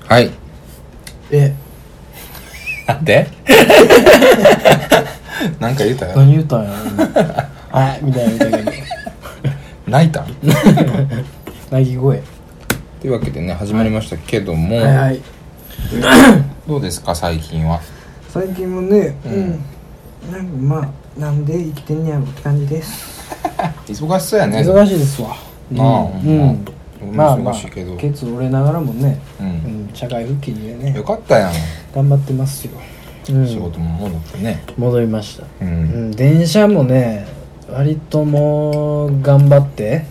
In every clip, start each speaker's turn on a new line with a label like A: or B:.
A: はい。
B: え
A: なんで なんか言うたよ。
B: 何言っ たんやろ今あみたいな言うたけど
A: 泣いたん
B: 泣き声
A: というわけでね、始まりましたけども、
B: はいはい
A: どうですか、最近は。
B: 最近もね
A: う
B: うんん、なんかまあなんで生きてんねやろって感じです
A: 忙しそうやね。
B: 忙しいですわ
A: なあ
B: うん、
A: うん
B: まあま
A: 忙
B: あ
A: しいけど。
B: ケツ折れながらもね、
A: う。
B: うんん、社会復帰でね
A: よかったやん。
B: 頑張ってますよ、うん
A: 仕事も戻ってね。
B: 戻りました、
A: う。
B: うんん、電車もね割ともう頑張って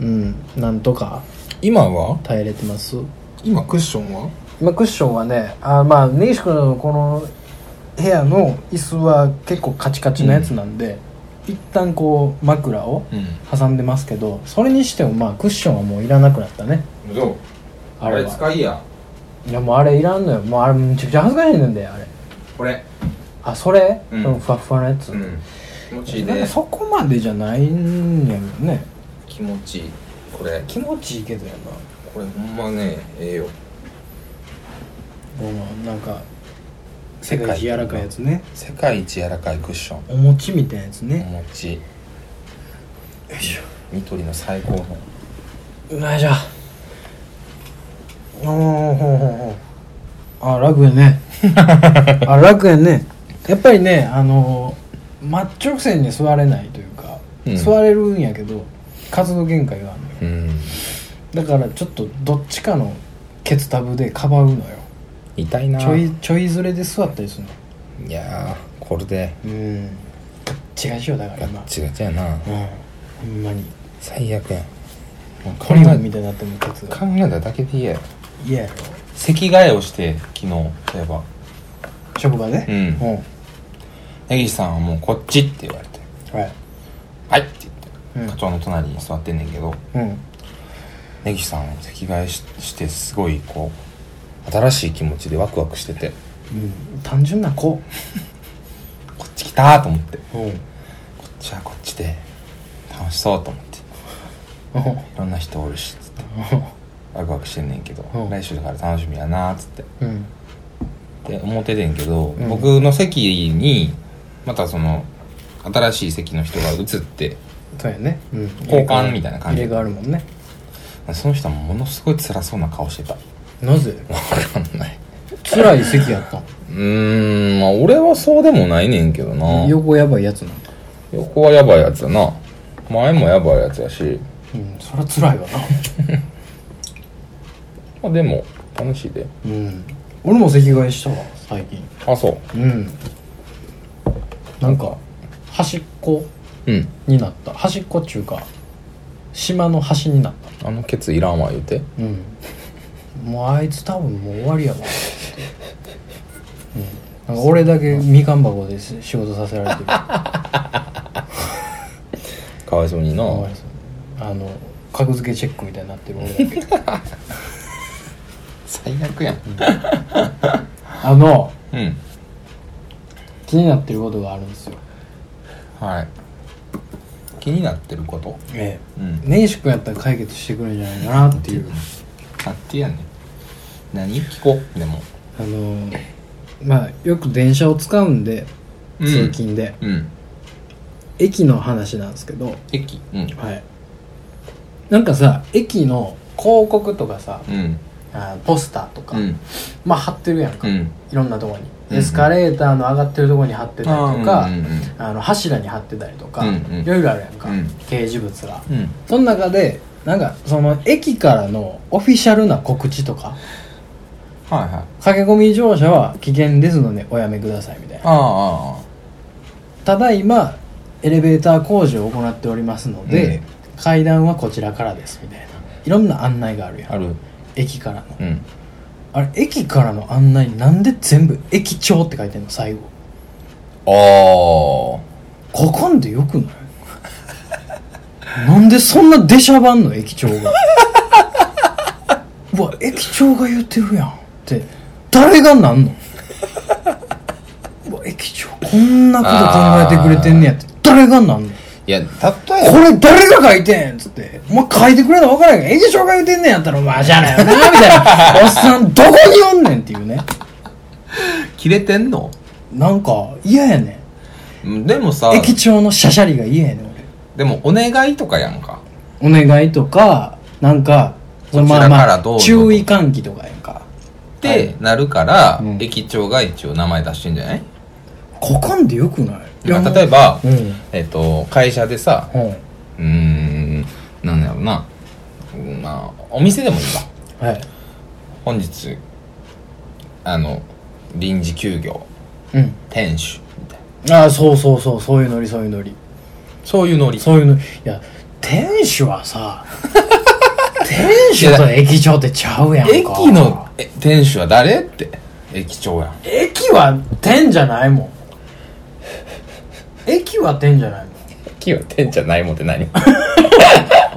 B: うんなんとか
A: 今は
B: 耐えれてます
A: 今クッションは
B: まあ、クッションはねあまあ根岸君のこの部屋の椅子は結構カチカチなやつなんで、一旦こう枕を
A: うん。
B: 挟んでますけどそれにしてもまあクッションはもういらなくなったね
A: どう
B: あれはい
A: や。
B: いやもうあれいらんのよもうあれめちゃくちゃ恥ずかしいねんだよあれ
A: これ。
B: あそれ、
A: うん
B: そのふわふわのやつ、
A: ん。気持
B: なんかそこまでじゃないんやけどね
A: 気持ちいい。これ。
B: 気持ちいいけどやな
A: これほんまね、ええよ。
B: このなんか
A: 世
B: 世
A: 界
B: 界
A: 一
B: 一
A: 柔らかい
B: 柔らかい
A: や
B: や
A: つ
B: つね
A: 世界一柔らかいクッション。
B: お餅みたいなやつ
A: お
B: ね、
A: 餅。
B: よいしょ
A: ニトリの最高の。
B: うまいじゃんおーほうほうほうあ楽 やねあ楽やねやっぱりねあのー真っ直線に座れないというか、
A: うん
B: 座れるんやけど活動限界があるのよ
A: うん。
B: だからちょっとどっちかのケツタブでかばうのよ
A: 痛いな
B: ちょいちょいずれで座ったりするの
A: いやーこれで
B: うん違うしようだから
A: ガ
B: 今
A: ッチガチやな
B: うんほんまに
A: 最悪やんもう考
B: コリマンみたいになってもケツが
A: え考えただけで嫌や
B: 嫌やろ
A: 席替えをして昨日例えば
B: 職場で
A: うん
B: うん
A: 根岸さんはもうこっちって言われて
B: はい
A: 「はい」って言って、
B: うん
A: 課長の隣に座ってんねんけど
B: うん
A: 根岸さんは席替えししてすごいこう新しい気持ちでワクワクしてて
B: うん、単純な子
A: こっち来たーと思ってこ
B: うん
A: っちはこっちで楽しそうと思っていろんな人おるしつってワクワクしてんねんけど、
B: うん
A: 来週だから楽しみやなーっつって
B: うん
A: って思っててんけど、
B: ん
A: 僕の席にまたその新しい席の人が移って
B: そうやね、うん、
A: 交換みたいな感じ
B: 入れ替わるもんね
A: その人はものすごい辛そうな顔してたわ
B: なぜ
A: かんない
B: 辛い席やった
A: うーんまあ俺はそうでもないねんけどな
B: 横やばいやつなんだ
A: 横はやばいやつやな前もやばいやつやし、
B: うんそりゃ辛い わな
A: まあ、でも楽しいで
B: うん俺も席替えしたわ最近
A: あそう
B: うんなんか端っこ
A: うん
B: になった端っこっちゅうか島の端になった
A: あのケツいらんわ言うて
B: うんもうあいつ多分もう終わりやわ、うん、なんか俺だけみかん箱で仕事させられてる
A: かわいそうにな
B: かわい そうあの格付けチェックみたいになってる俺だけ
A: 最悪やん
B: あの
A: うん
B: 気になってることがあるんですよ
A: はい気になってること
B: え
A: うん
B: え根岸君やったら解決してくれるんじゃないかなっていう
A: 勝手やねん何聞こうでも
B: あのまあよく電車を使うんで
A: うん
B: 通勤で、
A: うん
B: 駅の話なんですけど
A: 駅うん
B: はいなんかさ駅の広告とかさ、
A: うん
B: あポスターとか、
A: うん
B: まあ貼ってるやんか、
A: う
B: い
A: ん
B: ろんなとこに、
A: うん
B: エスカレーターの上がってるとこに貼ってたりとか、
A: うん
B: あの柱に貼ってたりとか、
A: うんうん
B: いろいろあるやんか、
A: うん
B: 掲示物が
A: うん
B: その中でなんかその駅からのオフィシャルな告知とか
A: はいはい
B: 駆け込み乗車は危険ですのでおやめくださいみたいな
A: あああ
B: ただいまエレベーター工事を行っておりますので、階段はこちらからですみたいないろんな案内があるや
A: あ
B: ん
A: ある
B: 駅からの
A: うん
B: あれ駅からの案内なんで全部駅長って書いてんの最後
A: ああ
B: ここんでよくないなんでそんな出しゃばんの駅長がうわ駅長が言ってるやんって誰がなんのうわ駅長こんなこと考えてくれてんねやって誰がなんの
A: いや例え
B: こ
A: ば
B: れ誰が書いてんっつって、お前書いてくれな分からんけど、ええでしょうが言うてんねんやったら、まあじゃあなよな、みたいな。おっさん、どこにおんねんっていうね。
A: 切れてんの
B: なんか、嫌やね
A: うんでもさ
B: ん。駅長のシャシャリが嫌やねん、
A: でもお願いとかやんか
B: 俺。お願いとか、なんか、
A: こちら
B: まあ
A: からどうぞ
B: 注意喚起とかやんか。
A: ってなるから、
B: うん
A: 駅長が一応名前出してんじゃない
B: 書かんでよくないい
A: まあ例えば、
B: もううん。
A: えっと会社でさ
B: うん。
A: うーんなんだろうなうんまあお店でもいいわ
B: はい。
A: 本日あの臨時休業
B: うん。
A: 店主みたいな
B: ああ、そうそうそう、そういうノリ、そういうノリ。
A: そういうノリ
B: そういうのいや天使 はさ天使と駅長ってちゃうやんか
A: 駅のえ店主は誰って駅長やん
B: 駅は天じゃないもん駅は天じゃないもん
A: 駅は店じゃないもんって 何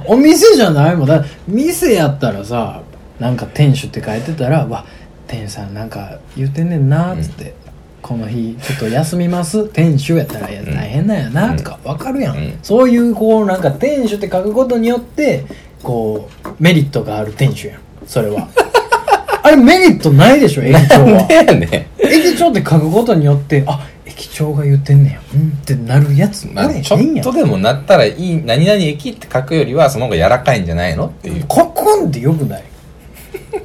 B: お店じゃないもんだ店やったらさなんか店主って書いてたら「わ店さんなんか言ってんねんな」っつって、この日ちょっと休みます」「店主やったらいや大変なんやな」とかわかるやん、
A: うん
B: そういうこうなんか「店主」って書くことによってこうメリットがある店主やんそれ はあれメリットないでしょ駅長は
A: やね
B: 駅長って書くことによってあ駅長が言ってんねやうんってなるやつ
A: まあ
B: おれへんやん
A: ちょっとでもなったらいい何々駅って書くよりはその方が柔らかいんじゃないのっていう
B: ここんでよくない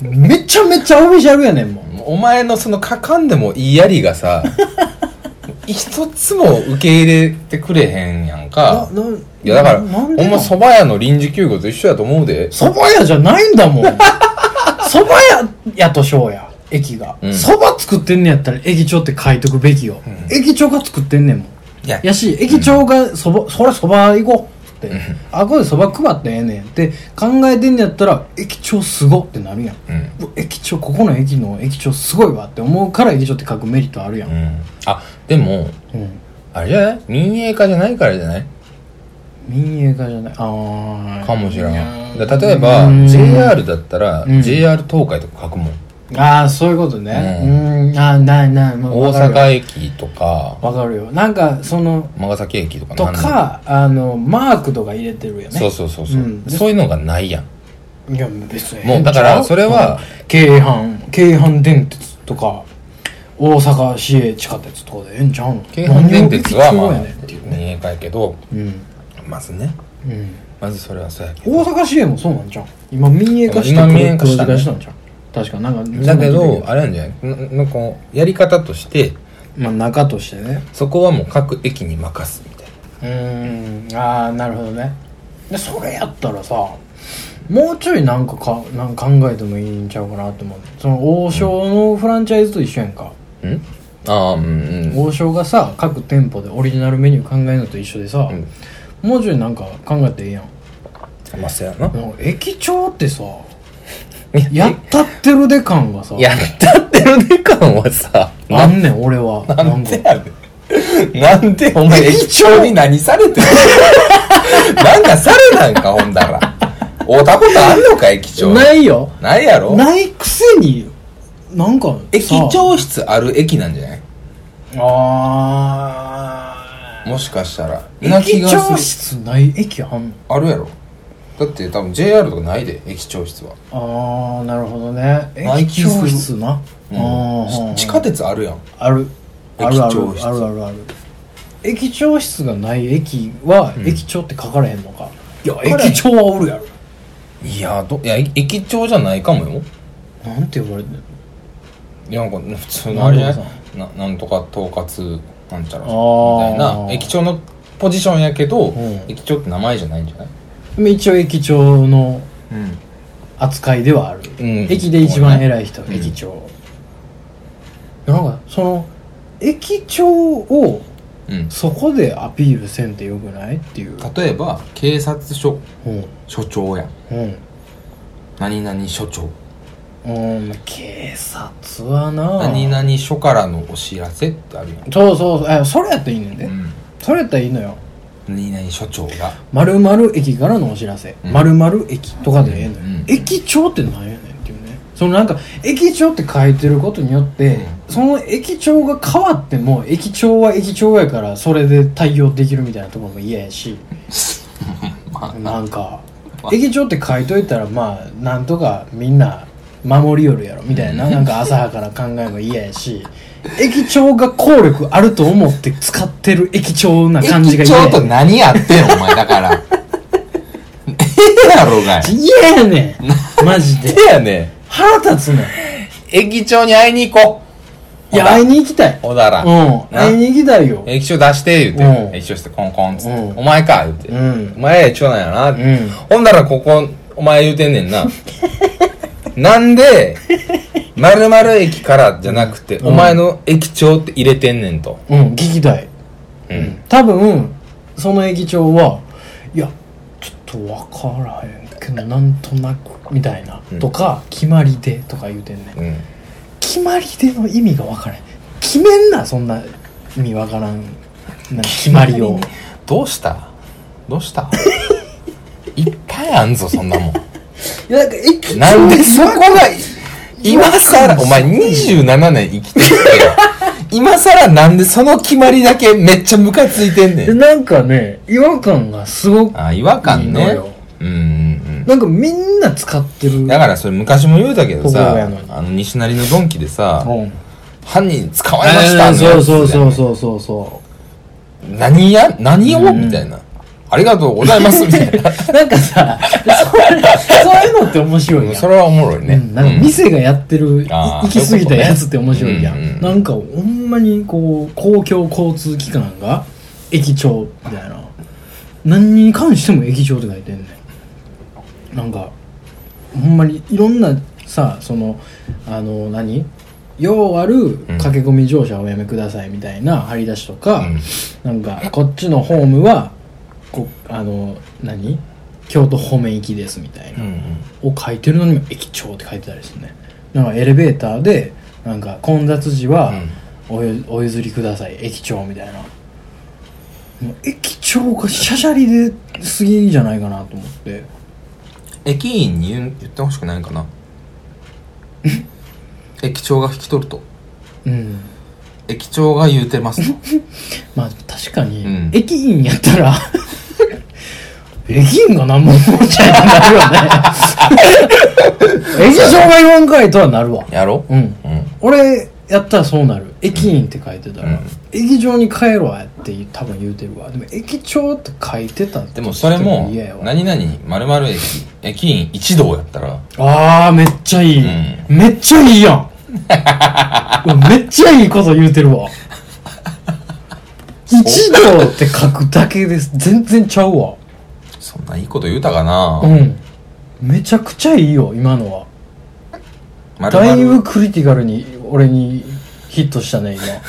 B: めちゃめちゃオフィシャルやねんもん
A: お前のそのかかんでもいいやりが さ一つも受け入れてくれへんやんかいやだから
B: な
A: ほ
B: ん
A: ん
B: で
A: まそば屋の臨時休業と一緒やと思うで
B: そば屋じゃないん だもんそば屋やとしょうや駅が
A: うん
B: そば、作ってんねやったら駅長って書いとくべきよ、駅長が作ってんねんもん
A: いや
B: やし駅長がそば、そらそば行こうって、あこでそば配ってええねんって考えてんねやったら駅長すごってなるやん、
A: うん
B: うわ駅長ここの駅の駅長すごいわって思うから駅長って書くメリットあるやん、
A: うんあでも
B: うん
A: あれじゃない民営化じゃないからじゃない
B: 民営化じゃないああ
A: かもしれないだ例えば JR だったら、
B: うん
A: JR 東海とか書くもん
B: ああそういうことね
A: う
B: うんんあーないないもう
A: 大
B: わかるよ
A: 阪駅とか
B: わかるよなんかその
A: 尼崎駅とか
B: と
A: なんなん
B: かあのマークとか入れてるよね
A: そうそうそうそう、
B: うん
A: そういうのがないやん
B: いや別に
A: もうだからそれは
B: うん京阪京阪電鉄とか大阪市営地下鉄とかでええんちゃうの
A: 京阪電鉄は
B: 何を
A: まあ
B: 必要やねんっていうね
A: 民営化やけど
B: うん
A: まずね
B: うん
A: まずそれはそうやけど
B: 大阪市営もそうなんじゃん今民営化して
A: 今民営化したね
B: 黒字化んじゃん確かなんか
A: だけどあれなんじゃないのこうやり方として
B: まあ中としてね
A: そこはもう各駅に任すみたいな
B: うーんああなるほどねでそれやったらさもうちょいなんかかなんか考えてもいいんちゃうかなって思うその王将のフランチャイズと一緒やんか、
A: うんああうんうん
B: 王将がさ各店舗でオリジナルメニュー考えるのと一緒でさ、もうちょいなんか考えていいやん
A: まあそうやな
B: なんか駅長ってさやったってるで感がさ
A: やったってるで感はさ
B: あんねん俺は
A: なん
B: か
A: でやねんなんでお前
B: 駅
A: 駅
B: 長
A: 長に何されてるなんかされなんかほんだら会うたことあんのか駅長
B: ないよ
A: ないやろ
B: ないくせになんかさ
A: 駅長室ある駅なんじゃない
B: ああ
A: もしかしたら
B: 駅長室ない駅あんの
A: あるやろだって多分 JR とかないで駅長室は、
B: ああなるほどね
A: 内
B: 駅
A: 勤する
B: 長室な、
A: う
B: あー
A: ん、地下鉄あるやん
B: あるある
A: 駅
B: ある
A: 長室
B: あるあるある駅長室がない駅は、
A: ん
B: 駅長って書かれへんのかい
A: 書
B: や
A: かれへん
B: 駅長はおるやろ
A: いやどいや駅長じゃないかもよ
B: なんて呼ばれてんの
A: いやなんか普通のあれじゃ
B: なん
A: ないななんとか統括なんちゃら
B: あ
A: み
B: ー
A: たいな駅長のポジションやけど、
B: ん
A: 駅長って名前じゃないんじゃない
B: でも一応駅長の
A: うん
B: 扱いではある、
A: うん
B: 駅で一番偉い人、
A: そうね
B: 駅長なんかその駅長を
A: うん
B: そこでアピールせんってよくないっていう
A: 例えば警察署
B: うん
A: 署長やん
B: うん
A: 何々署長
B: うん警察はな
A: 何々署からのお知らせってあるやん、
B: そうそうそうあそれやったらいいねんで、
A: うん、
B: それやったらいいのよ
A: 何々署長が
B: 〇〇駅からのお知らせ、
A: うん
B: 〇〇駅とかでええのよ、
A: うん
B: 駅長ってなんやねんっていうねそのなんか駅長って書いてることによって、その駅長が変わっても駅長は駅長やからそれで対応できるみたいなところも嫌やし
A: ま
B: なんか駅長って書いといたらまあなんとかみんな守りよるやろみたいななんか浅はかな考えも嫌やし駅長が効力あると思って使ってる駅長な
A: あ
B: 感じが
A: 駅
B: 嫌
A: 長
B: や
A: と何やって んのお前だからええやろがい
B: 嫌やねんマジで
A: えやね
B: 腹立つねん
A: 駅長に会いに行こう
B: いや
A: ほら
B: 会いに行きたい
A: 小田原
B: うん
A: な
B: 会いに行きたいよ
A: 液晶出して言う
B: う
A: て
B: ん
A: 液晶してコンコンっつって
B: うん
A: お前か言うて
B: うん
A: お前が液晶なんやなって
B: うん
A: ほんだらここお前言うてんねん ななんでまるまる駅からじゃなくて
B: うん
A: お前の駅長って入れてんねんと
B: うん聞きたい
A: うん
B: 多分その駅長はいやちょっと分からへんけどなんとなくみたいな、
A: うん
B: とか決まりでとか言うてんねん
A: うん
B: 決まりでの意味が分からへん決めんなそんな意味分からんなんか決まりを
A: どうしたどうした いっぱいあんぞそんなもん
B: いやなんか駅長
A: なんでそこが今さら
B: 今更
A: お前27年生きてるけど今さらなんでその決まりだけめっちゃムカついてんねん
B: なんかね違和感がすごく
A: あ違和
B: いい
A: 感
B: の
A: ね
B: よ
A: うんうん
B: なんかみんな使ってる
A: うんだからそれ昔も言うたけど
B: 心
A: さ
B: やのに
A: あの西成のドンキでさ
B: うん
A: 犯人捕まえましたみた
B: えー
A: い
B: そ
A: な
B: うそうそうそうそうそ
A: 何や何を
B: うん
A: みたいなありがとうござい ますみたいな
B: うなんかさそれそういうのって面白いやん
A: それはおもろいね
B: うん、なんか店がやってる、い
A: あー
B: 行き過ぎたやつって面白いやん、
A: そういうことねうんうん
B: なんかほんまにこう公共交通機関が駅長みたいな何に関しても駅長って書いてんねんなんかほんまにいろんなさそのあの何ようある駆け込み乗車おやめくださいみたいな張り出しとか、
A: うん
B: なんかこっちのホームはこあの何京都方面行きですみたいな
A: うん、うん
B: を書いてるのにも駅長って書いてたりですねなんかエレベーターでなんか混雑時はお,、お譲りください駅長みたいなもう駅長がしゃしゃりで過ぎんじゃないかなと思って
A: 駅員に言う言ってほしくないんか な駅長が引き取ると
B: うん
A: 駅長が言うて ますと
B: まあ確かに、
A: うん
B: 駅員やったら 駅員が何も思っちゃいなくなるよね駅長が言わんかいとはなるわ
A: やろ
B: うん
A: うん
B: 俺やったらそうなる駅員って書いてたら、
A: うん
B: 駅長に帰ろやって多分言うてるわでも駅長って書いてたって
A: でもそれも
B: 嫌やわ
A: 何々〇〇駅駅員一同やったら
B: あーめっちゃいい、
A: う
B: めっちゃいいや んうわめっちゃいいこと言うてるわ一同って書くだけです全然ちゃうわ
A: そんないいこと言うたかな
B: うんめちゃくちゃいいよ今のは
A: 〇
B: だい
A: 〇
B: ぶクリティカルに俺にヒットしたね今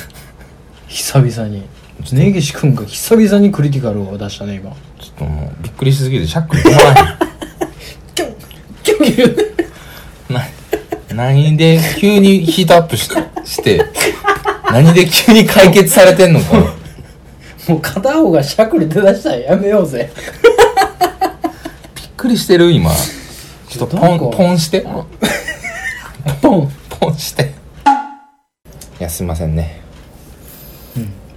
B: 久々に根岸君が久々にクリティカルを出したね今
A: ちょっともうびっくりしすぎてシャック止まら
B: キュンキュンキュン
A: へんな何で急にヒートアップしして何で急に解決されてんのか
B: もう片方がしゃくり出だしたらやめようぜ
A: びっくりしてる今ちょっとポン
B: なんか
A: ポンして
B: ポン
A: ポンしていやすいませんね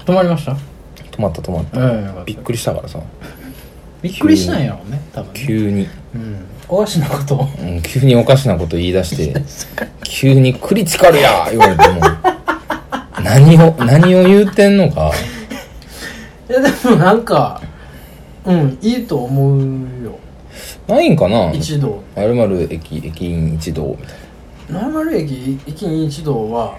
B: 止まりました
A: 止まった止まった
B: うんよかった
A: びっくりしたからさ
B: びっくりしたんやろうね多分ね
A: 急に、
B: うんおかしなことを
A: うん、急におかしなこと言い出して急に「クリティカルや!」言われても何を何を言うてんのか
B: いやでもなんかうんいいと思うよ
A: ないんかな
B: 一同
A: まるまる駅駅員一同みたい
B: ノーマル駅一気に一同は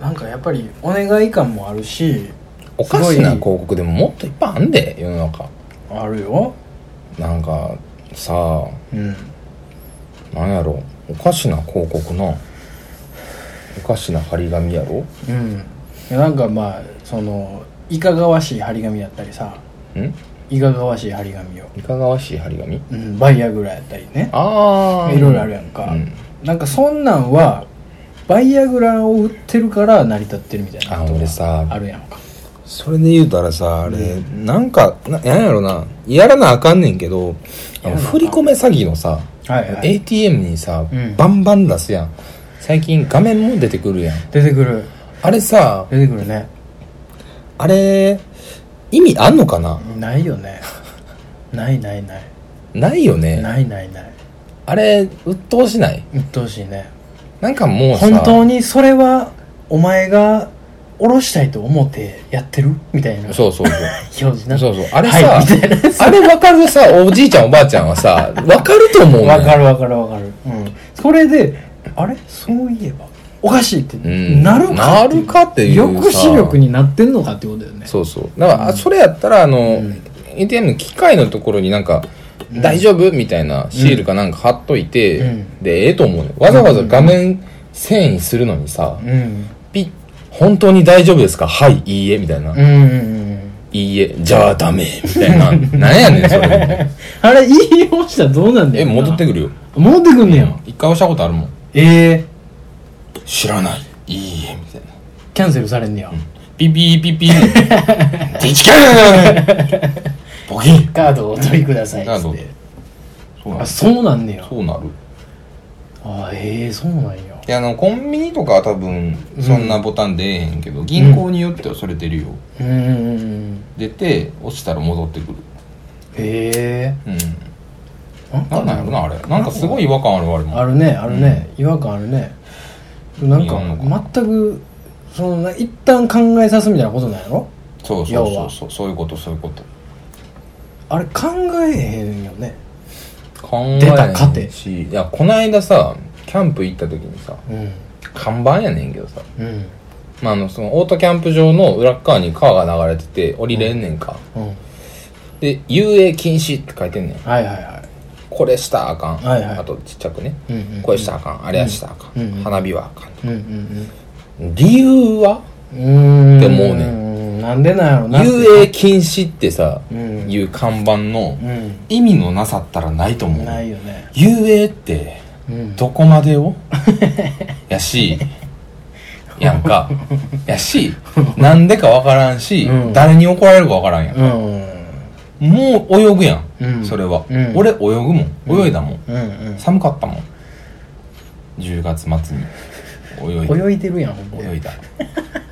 B: なんかやっぱりお願い感もあるし
A: なおかしな
B: す
A: 広
B: ご
A: 告でももっといっぱいあんで世の中
B: あるよ
A: なんかさ
B: うん
A: なんやろおかしな広告なおかしな張り紙やろ
B: うんいやなんかまあそのいかがわしい張り紙やったりさ
A: ん
B: いかがわしい張り紙を、
A: いかがわしい張り紙
B: うん、バイアグラやったりね
A: ああ
B: いろいろあるやんか、
A: うん
B: なんかそんなんはバイアグラを売ってるから成り立ってるみたいな
A: あ
B: とこ
A: 俺さ
B: あるやんか
A: それで言うたらさあれ、なんかななんやろなやらなあかんねんけどあの振り込め詐欺のさ
B: はいはい
A: ATM にさ、
B: うん
A: バンバン出すやん最近画面も出てくるやん
B: 出てくる
A: あれさ
B: 出てくるね
A: あれ意味あんのかな
B: ないよねないないない
A: ないよね
B: ないないない
A: あれ鬱陶しない
B: 鬱陶しいね
A: なんかもうさ
B: 本当にそれはお前が下ろしたいと思ってやってるみたいな
A: そうそうそう
B: 表示な
A: そうそうあれさ、
B: はいみたいなやつ
A: あれ分かるさおじいちゃんおばあちゃんはさ分かると思うねん
B: わかるわかるわかるうんそれであれそういえばおかしいって
A: うん
B: なるかってい
A: な
B: う
A: るかっていうさ
B: 抑止力になってんのかってことだよね
A: そうそうだから、あそれやったらあの、ATM の機械のところになんか「大丈夫?」みたいなシールかなんか貼っといて、
B: うん
A: でええと思うねわざわざ画面遷移するのにさ、
B: うん
A: ピッ「本当に大丈夫ですかはいいいえ」みたいな「
B: うんうんうん
A: いいえじゃあダメ」みたいな なんやねんそれ
B: あれ言い直したらどうなんだ
A: え
B: よ
A: 戻って
B: く
A: くるよ
B: 戻ってくんねや
A: 一回押したことあるもん
B: ええ
A: 知らないいいえみたいな
B: キャンセルされんねや
A: ピピピピデチキャーボキン
B: カードをお取りくださいっ
A: カー
B: つ
A: ド
B: って
A: そうな
B: あ
A: る
B: そうなんねや
A: そうなる
B: あええそうなんや
A: いやあのコンビニとかは多分そんなボタン出えへんけど、銀行によってはそれ出るよ
B: うんうんうん
A: 出て落ちたら戻ってくる
B: へえ
A: うん
B: な
A: な
B: ん
A: んなんやろなあれなんかすごい違和感あるわあれも
B: あるねあるね、違和感あるねなん
A: いやなんか
B: か全くそのな一旦考えさすみたいなことなんやろ
A: そうそう
B: 要
A: そう
B: は
A: そうそういうことそういうこと
B: あれ考えへんよね
A: 考え
B: 出た
A: へ
B: 糧
A: んしいやこないださキャンプ行った時にさ
B: うん
A: 看板やねんけどさ、
B: うん
A: まあ、あのそのオートキャンプ場の裏っ側に川が流れてて降りれんねんか、
B: うん
A: で遊泳禁止って書いてんねん
B: はいはいは
A: これしたらあかん、
B: はいはい
A: あとちっちゃくね、
B: いうんうん
A: これしたらあかんあれはしたらあかん、
B: うんうん
A: 花火はあかん
B: うんうん
A: 理由は
B: うんうーん
A: って思うね
B: ねなんでなんやろなって
A: 遊泳禁止ってさ、
B: うん
A: いう看板の
B: う
A: 意味のなさったらないと思うん
B: ないよね
A: 遊泳って
B: うん
A: どこまで をやしやんかやしなんでかわからんし、
B: うん
A: 誰に怒られるかわからんやん、
B: うんうん
A: もう泳ぐやん、
B: うん
A: それは、
B: うん
A: 俺泳ぐもん泳いだもん、
B: うん
A: 寒かったもん10月末に泳いだ
B: 泳いでるやんほん
A: 泳
B: で
A: い だ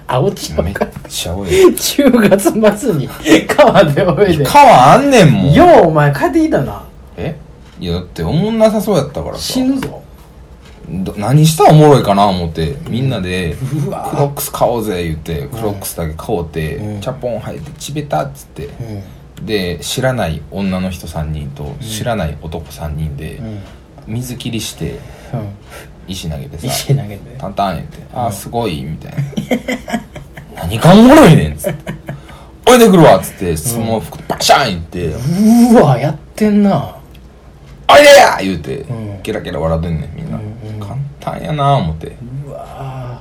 B: あ落ちた
A: めっ
B: か
A: ちゃ泳いだ
B: 10月末に川で泳いで
A: 川あんねんもん
B: ようお前帰ってきたな
A: えいやだっておもんなさそうやったからさ
B: 死ぬぞ
A: ど何したらおもろいかな思ってみんなで「
B: うわ
A: クロックス買おうぜ」言ってクロックスだけ買おうて、
B: うん
A: チャポン履いてチベタっつって
B: う
A: で知らない女の人3人と知らない男3人で
B: んうん
A: 水切りして石投げてさ
B: 石投げて
A: タンタン言って「あーすごい」みたいな「何がおもろいねん」っつって「おいでくるわ」っつって相撲服バシャーン言って
B: うわやってんな
A: 「おいでや!」言うて、
B: うん
A: ゲラゲラ笑ってんねんみんな、
B: うんうん
A: 簡単やな思って
B: うわ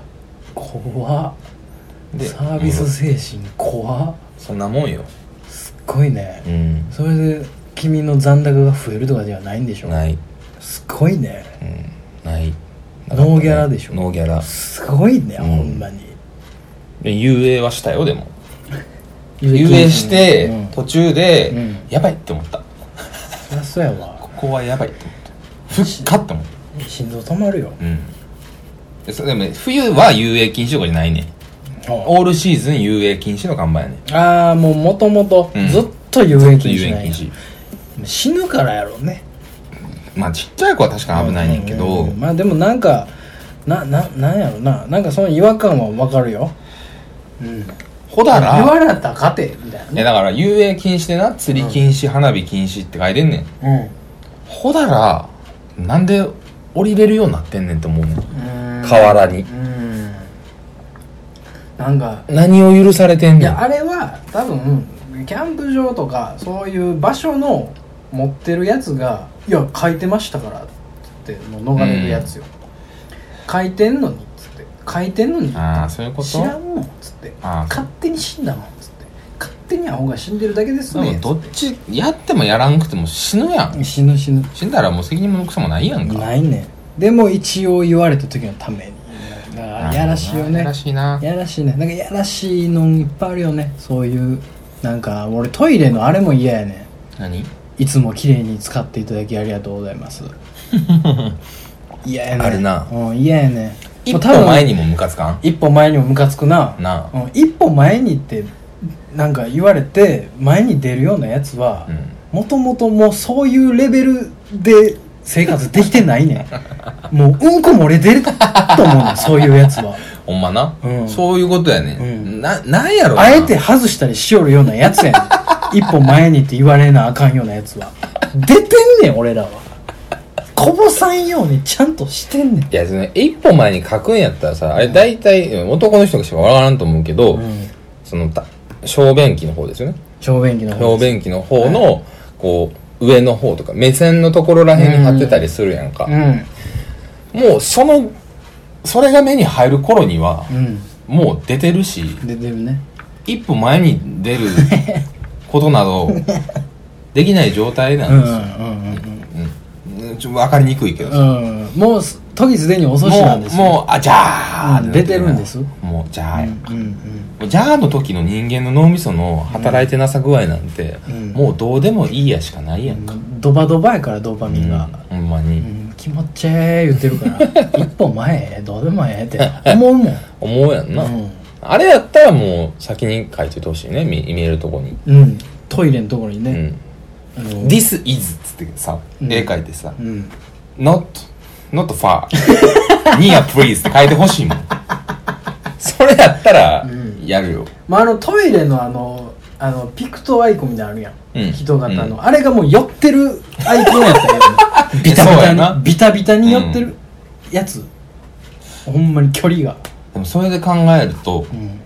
B: 怖っ
A: で
B: サービス精神怖っ
A: そんなもんよ
B: すっごいね
A: うん
B: それで君の残高が増えるとかではないんでしょ
A: ない、
B: すごいね
A: うん、ない
B: ノーギャラでしょ
A: ノーギャラ
B: すごいね
A: ん
B: ほんまに
A: で遊泳はしたよでも遊泳して、
B: うん
A: 途中で、
B: うん
A: やばいって思った
B: そりゃそうやわ
A: ここはやばいって思ったふっかって思っ
B: 心臓止まるよ
A: たうんでそれでも冬は遊泳禁止とかじゃないねんオールシーズン遊泳禁止の看板やねん
B: ああもうもともと
A: うん
B: ずっと遊泳禁
A: 遊
B: 止な
A: 泳
B: ん
A: 禁
B: や
A: 止
B: 死ぬからやろうね
A: まあちっちゃい子は確かに危ないねんけど、
B: ううんまあでもなんかなななんやろななんかその違和感はわかるようん
A: ほだら
B: 言われたら勝てみたい
A: いやだから遊泳禁止でな釣り禁止、花火禁止って書いてんねん
B: な
A: ほだらなんで降りれるようになってんねんって思うねん
B: うん
A: 河原に
B: うんなんか
A: 何を許されてん
B: い
A: ね
B: や
A: ん
B: あれは多分キャンプ場とかそういう場所の持ってるやつが「いや書いてましたから」っつってもう逃れるやつよ、書いてんのにっつって書いてんのに
A: ああそういうこと
B: 知らんもんっつって
A: ああ
B: 勝手に死んだもんっつって勝手にアホが死んでるだけです
A: で
B: ね
A: もどっちやってもやらんくても死ぬやん
B: 死ぬ死ぬ
A: 死んだらもう責任もくそもないやんか
B: ないねんでも一応言われた時のためにだか
A: な
B: らやらしいよね
A: やらしいな
B: やらしいねなんかやらしいのいっぱいあるよねそういうなんか俺トイレのあれも嫌やね
A: 何
B: んいつも綺麗に使っていただきありがとうございます嫌やねん
A: あるな
B: うん嫌やねん
A: 一
B: もう多
A: 歩
B: 分
A: 前にもムカつかん
B: 一歩前にもムカつくな
A: な
B: うん、一歩前にってなんか言われて前に出るようなやつは
A: うん
B: もともともうそういうレベルで生活できてないね んもううんこ漏れ出ると思うねんそういうやつは
A: ほんまな、
B: うん
A: そういうことやね、
B: うん
A: ななんやろな
B: あえて外したりしよるようなやつやね ん一歩前にって言われなあかんようなやつは出てんねん俺らはこぼさんようにちゃんとしてんねん
A: いやその一歩前に書くんやったらさあれ大体うん男の人がしかわからんと思うけど、
B: うん
A: そのた小便器の方ですよね
B: 小便器の
A: 小
B: 方
A: 便器の方の、こう上の方とか目線のところらへんに貼ってたりするやんか、
B: うん
A: もうそのそれが目に入る頃には
B: う、ん
A: もう出てるし
B: 出てるね
A: 一歩前に出ることな どできない状態
B: うん
A: な
B: うんん
A: ですよ、
B: うんうん
A: うんちょっと分かりにくいけどさ、
B: うん、もうす時すでに遅しなんです
A: もうもうあじゃあ、
B: うん出てるんです
A: もうじゃあ、
B: うんうん
A: じゃあの時の人間の脳みその働いてなさ具合なんて、
B: うん
A: もうどうでもいいやしかないやんか、
B: うんドバドバやからドーパミンが、
A: ほんまに、
B: うん気持ちええ言ってるから 一歩前へどうでもええって思 うもん、
A: 思うやんな、
B: うん
A: あれやったらもう先に書いててほしいね見見えるとこに、
B: うん、トイレのところに
A: う
B: ね、
A: ん
B: あの
A: This is っつってさ、
B: うん
A: 絵描いてさ
B: うん
A: Not not far near please って書いてほしいも んそれやったら
B: ん
A: やるよ、
B: まあ、あのトイレのあのあのピクトアイコンみたいなのあるやん、
A: うん
B: 人型の、
A: う、
B: あれがもう寄ってるアイコンやったけど、ね
A: ビタビタに
B: そうやな ビタビタに寄ってるやつ、ほんまに距離が
A: でもそれで考えると
B: うん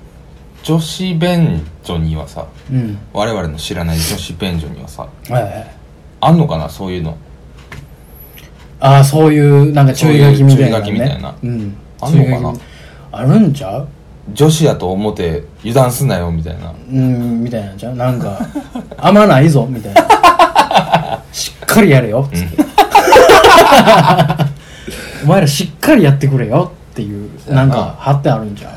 A: 女子便所にはさ
B: うん
A: 我々の知らない女子便所にはさ
B: はいはい
A: あんのかなそういうの
B: ああそういうなんか注意書
A: そうい
B: きみたいな、ね、
A: う注意書きみたいな
B: うん
A: あんのかな
B: 注意書きあるんちゃう
A: 女子やと思って油断すんなよみたいな
B: うんみたいなんちゃうな んかあんまないぞみたいなしっかりやれよっつって、 お前らしっかりやってくれよっていうなんか貼ってあるんちゃう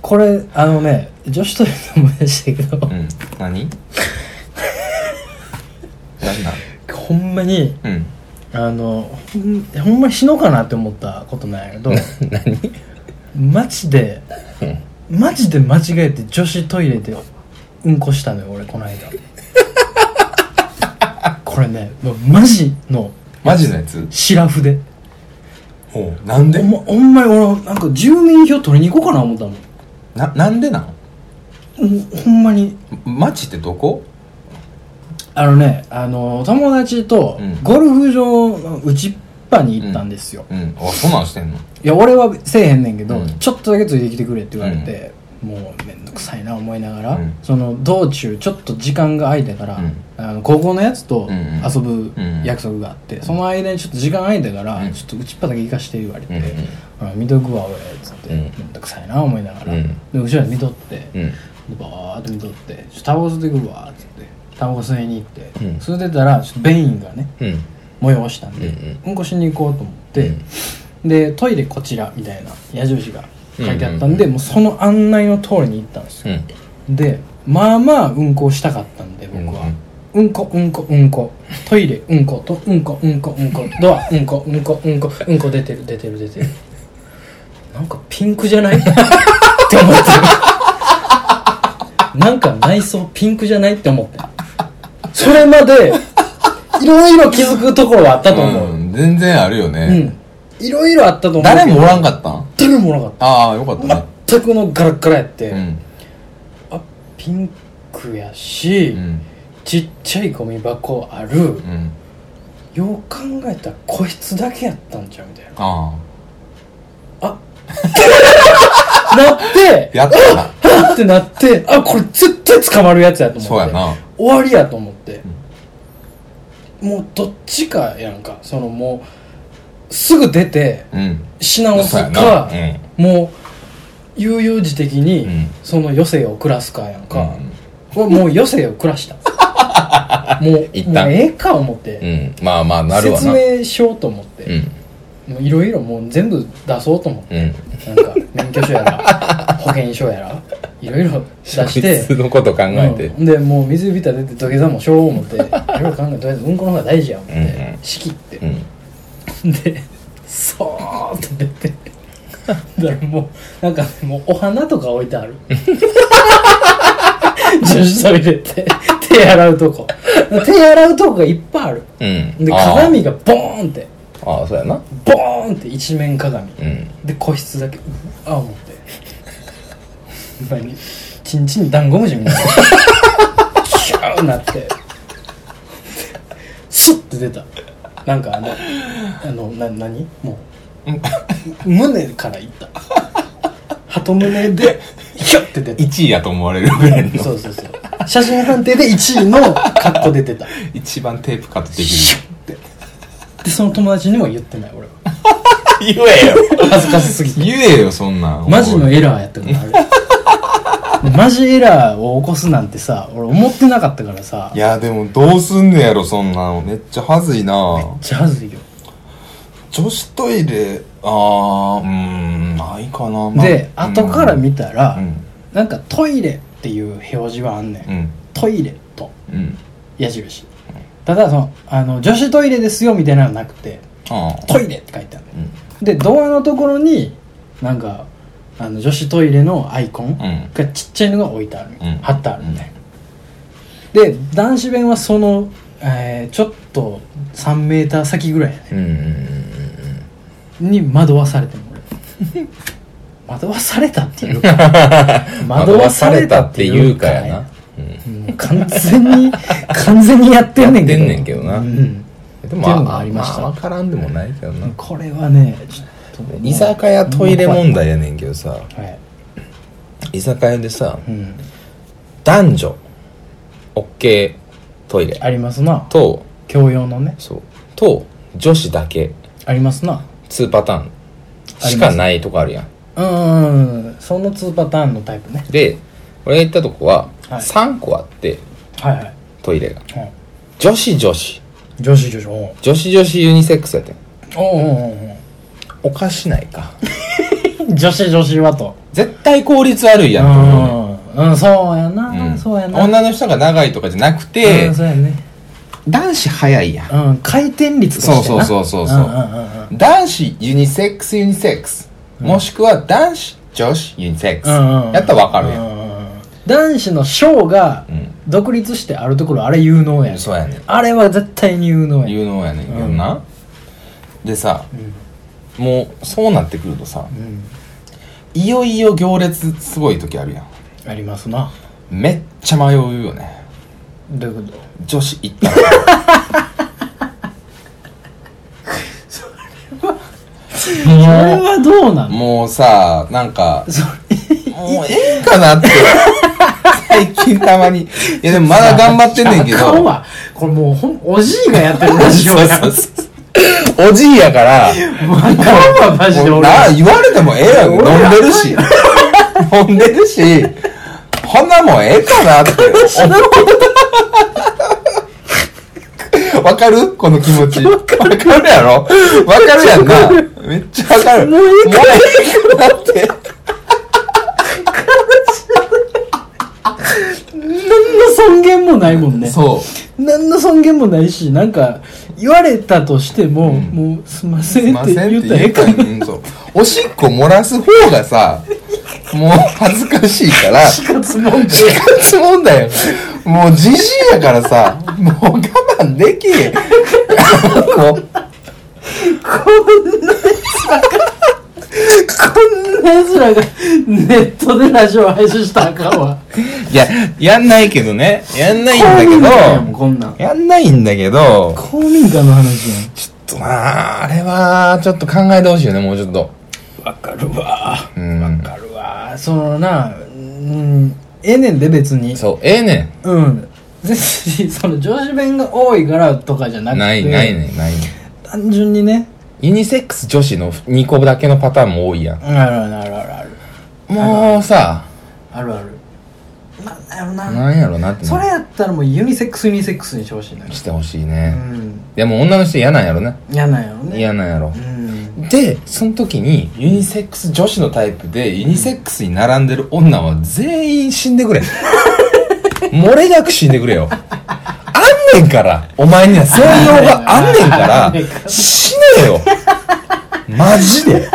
B: これあのね女子トイレでもでしたけど
A: うん 何何なん
B: ほんまに
A: うん
B: あのほんほんまに死のうかなって思ったことなんやけど
A: 何
B: マジで
A: うん
B: マジで間違えて女子トイレでうんこしたのよ俺こ の間これねもうマジの
A: マジのやつ
B: シラフで
A: おなん
B: お,、ま、おんまに俺なんか住民票取りに行こうかな思ったもん
A: ななんでなん
B: うんほんまに
A: 町ってどこ
B: あのねあの友達と
A: うん
B: ゴルフ場の内っ端に行ったんですよ、
A: うんあそんなんしてんの
B: いや俺はせえへんねんけど、
A: うん
B: ちょっとだけついてきてくれって言われて、もうめんどくさいな思いながら、
A: うん
B: その道中ちょっと時間が空いたから、
A: うん
B: あの高校のやつと
A: うんうん
B: 遊ぶ
A: うん
B: 約束があって、その間にちょっと時間空いたから、
A: うん
B: ちょっとうちっぱだけ行かして言われて
A: うんうん
B: 「あ見とくわ俺」っつって、
A: うん
B: めんどくさいな思いながら、
A: うん
B: で後ろに見とって、
A: うん
B: バーって見とって「ちょっとタバコ吸ってくるわ」っつってタバコ吸いに行って、
A: うん
B: 吸ってたらちょっと便意がね
A: うん
B: 催したんで、う
A: うんん
B: こしに行こうと思って、でトイレこちらみたいな矢印が書いてあったんで、
A: うんうんうん
B: もうその案内の通りに行ったんです
A: う
B: よ、
A: ん
B: でまあまあうんこをしたかったんで僕は、うんこうんこうんこトイレうんことうんこうんこうんこドアうんこうんこうんこうんこ出てる出てる出てるなんかピンクじゃないって思ってなんか内装ピンクじゃないって思ってそれまでいろいろ気づくところはあったと思う、
A: うん全然あるよ
B: う
A: ね
B: ん。いろいろあったと思うけど。
A: 誰もおらんかったん
B: 誰もおらんかっ
A: ああよかった
B: た
A: ね。
B: 全くのガラッガラやって、
A: うん
B: あ、ピンクやし、
A: うん
B: ちっちゃいゴミ箱ある。
A: うん
B: よう考えたらこいつだけやったんちゃうみたいな。
A: あ
B: あなって
A: あ、やったな
B: あってなって、あ、これ絶対捕まるやつやと思って。
A: そうやな
B: 終わりやと思って、もうどっちかやんか。そのもう、すぐ出て、
A: うん
B: し直す
A: そうや
B: か
A: な、うん
B: もう悠々自適に
A: うん
B: その余生を暮らすかやんか、
A: うん
B: これもう余生を暮らした もうもう
A: 一旦
B: ええか思って、
A: うんまあまあなるわ
B: 説
A: な
B: 明しようと思っ
A: う
B: て
A: ん
B: もういろいろもう全部出そうと思って、
A: うん
B: なんか免許証や ら保険証やらいろいろ出して
A: 質のこと考えて
B: うんでもう水浸出て土下座もしよう思っていろいろ考えてとりあえずうんこの方が大事や思って、
A: うんうん
B: 仕切って、
A: うん
B: でそーっと出てだからもうなんかもうお花とか置いてあ る女子トイレって手洗うとこ手洗うとこがいっぱいある
A: うん
B: で鏡がボーンって
A: あーあーそうやな
B: ボーンって一面鏡
A: うん
B: で個室 だけうあ思ってほんまにチンチンダンゴムシみたいなキューなってスッて出たなんかあのあのな何もう胸からいった鳩胸でヒュッて出た
A: 1位やと思われるぐらい
B: そ
A: の
B: うそうそう写真判定で1位の格好で出てた
A: 一番テープカットでき
B: シュッてでその友達にも言ってない俺は
A: る 言えよ
B: 恥ずかしすぎて
A: 言えよそんなん
B: マジのエラーやったから あれマジエラーを起こすなんてさ俺思ってなかったからさ
A: いやでもどうすんねやろそんなのめっちゃ恥ずいな
B: ジャズよ
A: 女子トイレあーうーんないかな、まあ
B: で後から見たら、
A: うん
B: なんかトイレっていう表示はあんねん、
A: うん
B: トイレと
A: うん
B: 矢印ただそのあの女子トイレですよみたいなのなくて
A: ああ
B: トイレって書いてある、
A: うん
B: でドアのところになんかあの女子トイレのアイコン
A: うん
B: がちっちゃいのが置いてある、
A: うん
B: 貼ってあるみたいな、で男子弁はその、えーちょっと3メーター先ぐらいやね
A: うんうん
B: に惑わされて も俺惑わされたっていうか
A: 惑わされたっていうかやな、うん
B: もう完全に完全にやってんねんけど
A: やってんねんけどな
B: うん
A: で
B: っていうのがありました
A: あ、分からんでもないけどな
B: これはねちょっともう
A: 居酒屋トイレ問題やねんけどさ
B: はい、
A: 居酒屋でさ
B: うん、
A: 男女 OK トイレ
B: ありますな
A: と
B: 教養のね
A: そうと女子だけ
B: ありますな
A: 2パターンしかないとこあるやん
B: うんうんうんその2パターンのタイプね
A: で俺が行ったとこは
B: はい
A: 3個あって
B: はいはい、
A: トイレが
B: うん
A: 女子女子
B: 女子女子おう
A: 女子女子ユニセックスやってん
B: おうおうおう
A: おかしないか
B: おう女子女子はと
A: 絶対効率悪いやんと思うね
B: うん、うん、そうやな、
A: ん
B: そうやな
A: 女の人が長いとかじゃなく
B: う
A: て
B: んそうやね
A: 男子早いやん
B: うん回転率としてな
A: そうそうそうそうそうん
B: んうんうん
A: 男子ユニセックスユニセックスもしくは男子女子ユニセックス
B: うんうんうん
A: やったら分かるや
B: うんんうんうん男子の賞が
A: うん
B: 独立してあるところあれ有能やね
A: そうやねん
B: あれは絶対に有能や
A: 有能やねんけどなでさもうそうなってくるとさ
B: うん
A: いよいよ行列すごい時あるやん
B: ありますな
A: めっちゃ迷うよね
B: どういうこと
A: 女子行ったら
B: それはどうなの
A: もうさなんか
B: そ
A: もうええんかなって最近たまにいやでもまだ頑張ってんねんけ
B: あかん
A: ど
B: わこれもうほんおじいがやってるラジオや
A: そうそうそうおじいやから
B: もうあかんわマジで
A: もう
B: 俺
A: な言われてもええやん飲ん
B: 俺
A: でるし飲んでるしこんなもんええかなって思うわかるこの気持ちわかるやろわかるやんなめっちゃわかる
B: もうええか
A: もうええかなって
B: 何の尊厳もないもんね
A: そう
B: 何の尊厳もないしなんか言われたとしても、
A: ん
B: もうすんませ
A: すい
B: んっ
A: ま
B: て
A: せん
B: 言
A: っ
B: ってたらえ
A: 言うか
B: えかな
A: ら、うん、そうおしっこ漏らす方が さもう恥ずかしいから
B: 死活問題
A: 死活問題よもうじじいやからさもう我慢できへんもう
B: こんな奴らがネットでラジオ配信したらあかんわ
A: いややんないけどねやん ないんだ
B: 公民館やもん
A: け
B: こんなん
A: どやんないんだけど
B: 公民館の話や
A: ちょっとなあれはちょっと考えてほしいよねもうちょっと
B: んわかるわ
A: うん
B: わかるわそのなうんええねんで別に
A: そうええね
B: うん別にその上司弁が多いからとかじゃなく
A: ん
B: て
A: ないないねないね
B: 単純にね
A: ユニセックス女子の2個だけのパターンも多いやん
B: あるあるあるあるある
A: もうさ
B: あるあるなんだろうな
A: なんやろなって
B: それやったらもうユニセックスユニセックスにしてほしいな
A: してほしいうね、
B: ん
A: でも女の人嫌なんやろね
B: 嫌なんやろね
A: 嫌なんやろ、
B: うん
A: でその時にユニセックス女子のタイプでユニセックスに並んでる女 は全員死んでくれ漏れなく死んでくれよあんんねんから。お前には専用があんねん
B: あんねん
A: か
B: から
A: ら、死ねよ。マジで。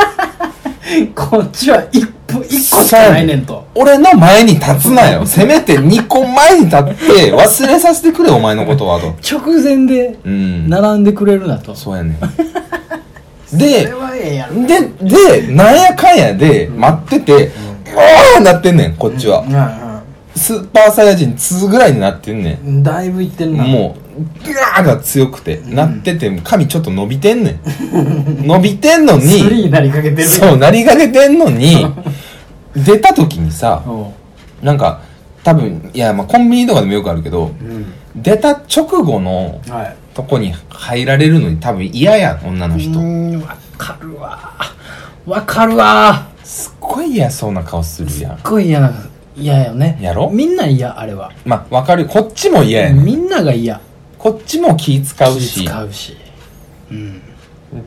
B: こっちは一歩一個しかないねんと
A: 俺の前に立つなよ。せめて2個前に立って、忘れさせてくれ、お前のことはと。
B: 直前で
A: うん。
B: 並んでくれるな と、
A: そうやねん。
B: それ
A: で、
B: はええやろ
A: で、で、なんやかんやで、待ってて、うわーなってんねん、こっちは。
B: う
A: スーパーサイヤ人2ぐらいになってんねん。
B: んうんだいぶいってんな
A: もう、ギャーが強くて、なってて、髪ちょっと伸びてんねん。伸びてんの
B: スリーに
A: に、
B: なりかけてるやん
A: そう、なりかけてんのに、出た時にさ、
B: おう
A: なんか、多分、いや、まあコンビニとかでもよくあるけど、
B: うん
A: 出た直後の
B: はい
A: とこに入られるのに多分嫌やん、女の人。
B: うーんわかるわわかるわ
A: すっごい嫌そうな顔するやん
B: す。っごい嫌な嫌よね
A: やろ
B: みんな嫌あれは、
A: まあ、わかる。こっちも嫌やねん。
B: みんなが嫌
A: こっちも気使うし
B: 気、使うしうん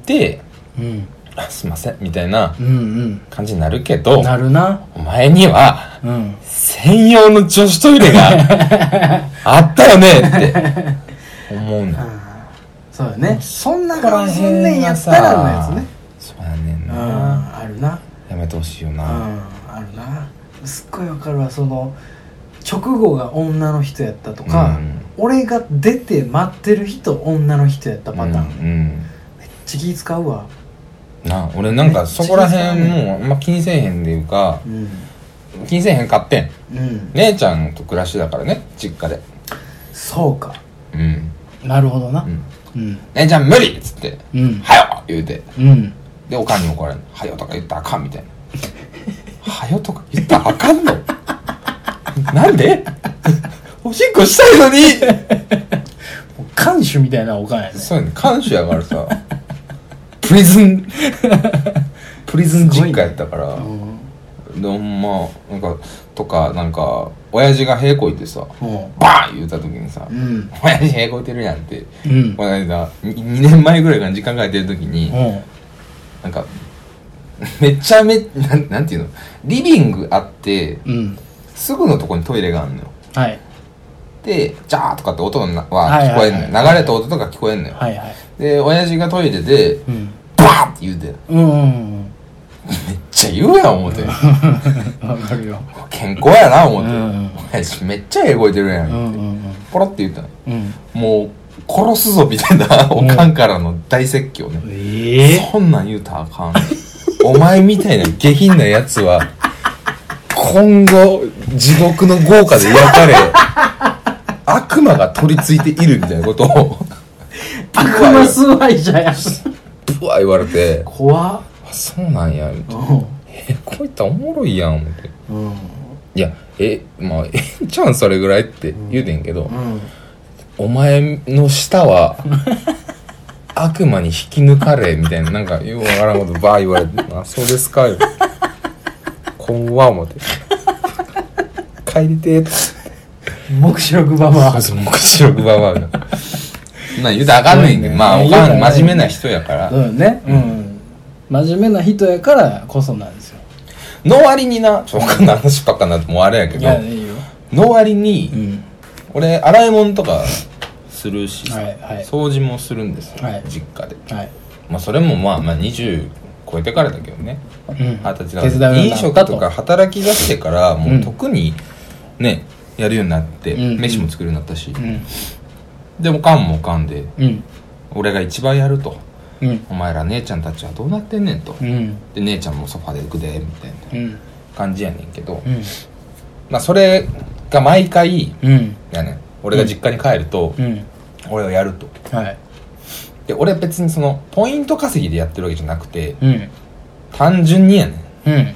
A: で、
B: うん
A: あすいません、みたいな
B: うん
A: 感じになるけ
B: う
A: ど
B: ん、なるな
A: お前には、
B: うん
A: 専用の女子トイレ があったよねって思 うねんだ
B: そうだねそんな顔す
A: こ
B: んねんやったらのやつね
A: そうやねん
B: うん
A: な
B: あるな
A: やめてほしいよ
B: うん
A: な
B: あるなすっごいわかるわその直後が女の人やったとか、
A: うん
B: 俺が出て待ってる人女の人やったパターン、
A: うんうん
B: ちぎ使うわ
A: な俺なんかそこら辺
B: めっちゃいい
A: もうあんま気にせえへんでいうか
B: うん
A: 気にせえへん買ってん
B: うん
A: 姉ちゃんと暮らしてたからね実家で
B: そうか
A: うん、
B: なるほどな
A: うん、
B: うん
A: 姉ちゃん無理っつって
B: うん
A: 「はよ!」言うて
B: うん
A: でおかんに怒られる「はよ」とか言ったらあかんみたいな「はよ」とか言ったらあかんの なんで おしっこしたいのに
B: 看守みたいなおかんやね
A: そうやね看守やからさプリズン プリズン実家やったから、
B: うん
A: でほんまなんかとかなんか親父が屁こいてさ
B: うん
A: バーン言うた時にさ「
B: うん
A: 親父屁こいてるやん」って
B: うん
A: この間 2, 年前ぐらいから時間かけてる時に、
B: うん
A: なんか めちゃめなんなんていうのリビングあって
B: うん
A: すぐのとこにトイレがあんのよ
B: はい
A: でジャーとかって音がなは
B: はい
A: 聞こえんのよ、
B: はいはいはい
A: 流れた音とか聞こえんのよ、
B: はいはい
A: で親父がトイレで
B: うん
A: バーンって言うてめっ
B: うんうん
A: ちゃ言うやん思うて
B: うんわかるよ
A: 健康やな思
B: う
A: うて、
B: ん
A: 親父めっちゃえこいてるやん、
B: うんうん
A: ポロって言ったの
B: うんうん
A: もう殺すぞみたいなおかんからの大説教ね、
B: ええ
A: そんなん言うたらあかん。お前みたいな下品なやつは、今後、地獄の豪華で焼かれ、悪魔が取り付いているみたいなことを、
B: 悪魔スワイじゃやん
A: ぶわ言われて、
B: 怖っ
A: あそうなんや、みたいなえ、こういったらおもろいやん、思って。
B: うんうん
A: いや、え、まあ、ええんちゃうん、それぐらいって言うてんけど、
B: うん
A: お前の舌 は、悪魔に引き抜かれ、みたいな、なんか、ようわからんことばー言わ れて、あ、そうですか、よ。怖思って。帰りてーと。
B: 黙食ババ
A: あ、
B: ア
A: その、口 力ばばが。な、言うたらあかんねんけど、
B: うん
A: まあ、おか、
B: 言うんたらあかんねん
A: 真面目な人やから
B: そ。うよねうん真面目な人やからこそなんですよ
A: の割にな、ちょ、おかんの話ばっかになってもうあれやけ
B: い
A: ど、
B: やいいよ
A: の割
B: う
A: に、
B: ん
A: 俺、洗い物とかするし、
B: はいはい
A: 掃除もするんですよ、
B: はい
A: 実家で。
B: はい
A: まあ、それもまあ、まあ、20超えてからだけどね。
B: うん
A: 二十歳
B: 手伝うようにな
A: だ
B: っ
A: から飲食
B: た
A: とか働き出してからもうんう特にね、やるようになって、
B: うん
A: 飯も作るようになったし、
B: うん
A: でおかんもおかんで
B: うん
A: 俺が一番やると
B: うん
A: お前ら姉ちゃんたちはどうなってんねんと、
B: うん
A: で姉ちゃんもソファで行くでみたいな
B: うん
A: 感じやねんけど、
B: うん
A: まあそれが毎回
B: うん
A: やねん俺が実家に帰ると、
B: うん
A: 俺をやると
B: はい
A: で俺は別にそのポイント稼ぎでやってるわけじゃなくて
B: うん
A: 単純にやねん
B: うん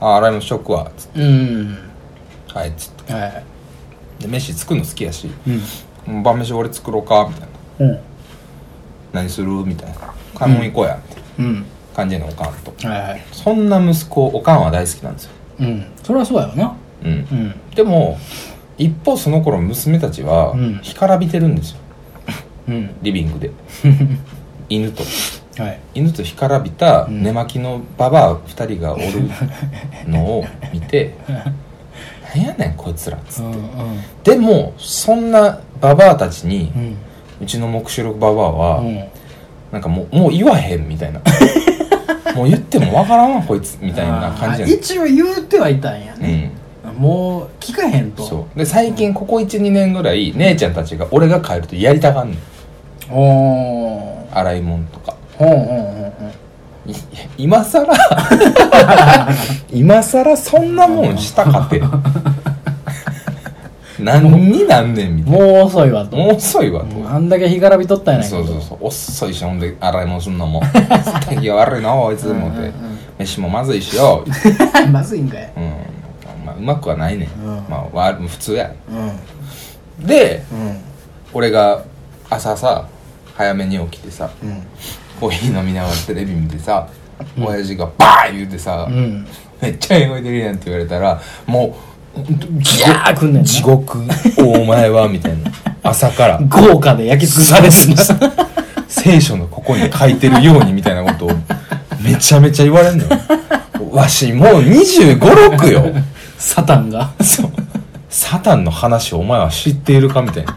A: あ洗い物しとくわつっ
B: うん
A: てはいつって
B: は
A: で飯作るの好きやし
B: いうん
A: 晩飯俺作ろうかみたいな
B: うん
A: 何するみたいな買い物行こうやみたいな
B: うん
A: 感じやねんおかんと
B: はいはい
A: そんな息子おかんは大好きなんですよ
B: うんそれはそうやよな
A: うん
B: うん
A: でも一方その頃娘たちは
B: うん
A: 干からびてるんですよ
B: うん
A: リビング で犬と
B: はい
A: 犬と干からびた
B: ん
A: 寝巻きのババア2人がおるのを見てなんやねんこいつらっつっ
B: うんうん
A: てでもそんなババアたちに
B: う、ん
A: うちの目視録ババアは、
B: うん
A: なんかもう、もう言わへんみた いな。もう言ってもわからんわ、こいつ、みたいな感じ
B: あ
A: や
B: ー一応言うてはいたんやね、
A: ね。
B: もう聞かへん
A: うん。
B: と
A: そう。で、最近、ここ1、2年ぐらい、姉ちゃんたちが、俺が帰るとやりたがんねん。
B: おー
A: 洗い物とか。
B: ほんほんほんほん
A: い今さ ら今さらそんなもんしたか て何になんねんみたい
B: もう遅いわと
A: なもう遅いわと、
B: もうあんだけ干からびとったんやないか
A: そ
B: と
A: うそうそう遅いしほんで洗い物すんのも 手際悪いなあいつ
B: うん
A: も
B: うん
A: で飯もまずいしよ
B: まずいんかい
A: うん、まあ、うまくはないねん、
B: うん
A: まあわ普通や
B: うん
A: で
B: うん
A: 俺が朝さ早めに起きてさ
B: うん
A: コーヒー飲みながらテレビ見てさ、親父がバーン言うてさ、
B: うん
A: めっちゃ英語でるやんって言われたらもうギ
B: ャー来んねんな
A: 地獄お前はみたい な朝から
B: 豪華で焼き尽くされてます
A: 聖書のここに書いてるようにみたいなことをめちゃめちゃ言われんのよわしもう2 5 6よ
B: サタンが
A: そうサタンの話をお前は知っているかみたいな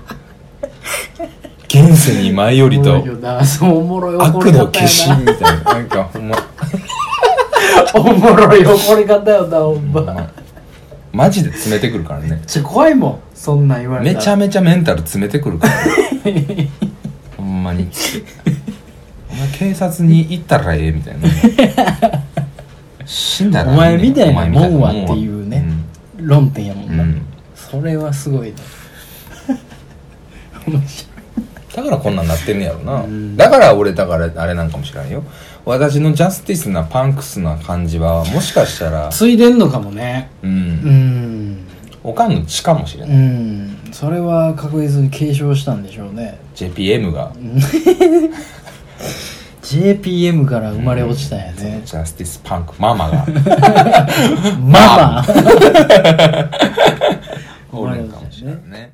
A: 現世に前より
B: お
A: と
B: もろいよなそうおもろい怒
A: 悪
B: り
A: の
B: 方
A: 化身
B: や
A: みたいななんかほんま
B: なおもろい怒り方よなほんま
A: ほんまマジで詰めてくるからね
B: ちょ怖いもんそんなん言われ
A: め
B: た
A: ちゃめちゃメンタル詰めてくるからほんまにお前警察に行ったらええみたいな死んだら
B: お前みたいなもんは
A: お前みたいなもんは
B: っていうね論点やも
A: うんん
B: な、
A: うん
B: それはすごいね 面白い
A: だからこんなんなってんねやろな、
B: うん
A: だから俺だからあれなんかもしれんよ私のジャスティスなパンクスな感じはもしかしたら
B: ついでんのかもね
A: う
B: うんん
A: おかんの血かもしれ、
B: うんんそれは確実に継承したんでしょうね
A: JPM が
B: JPM から生まれ落ちたんやね、
A: ジャスティスパンクママ が
B: ママ
A: おるんかもしれんね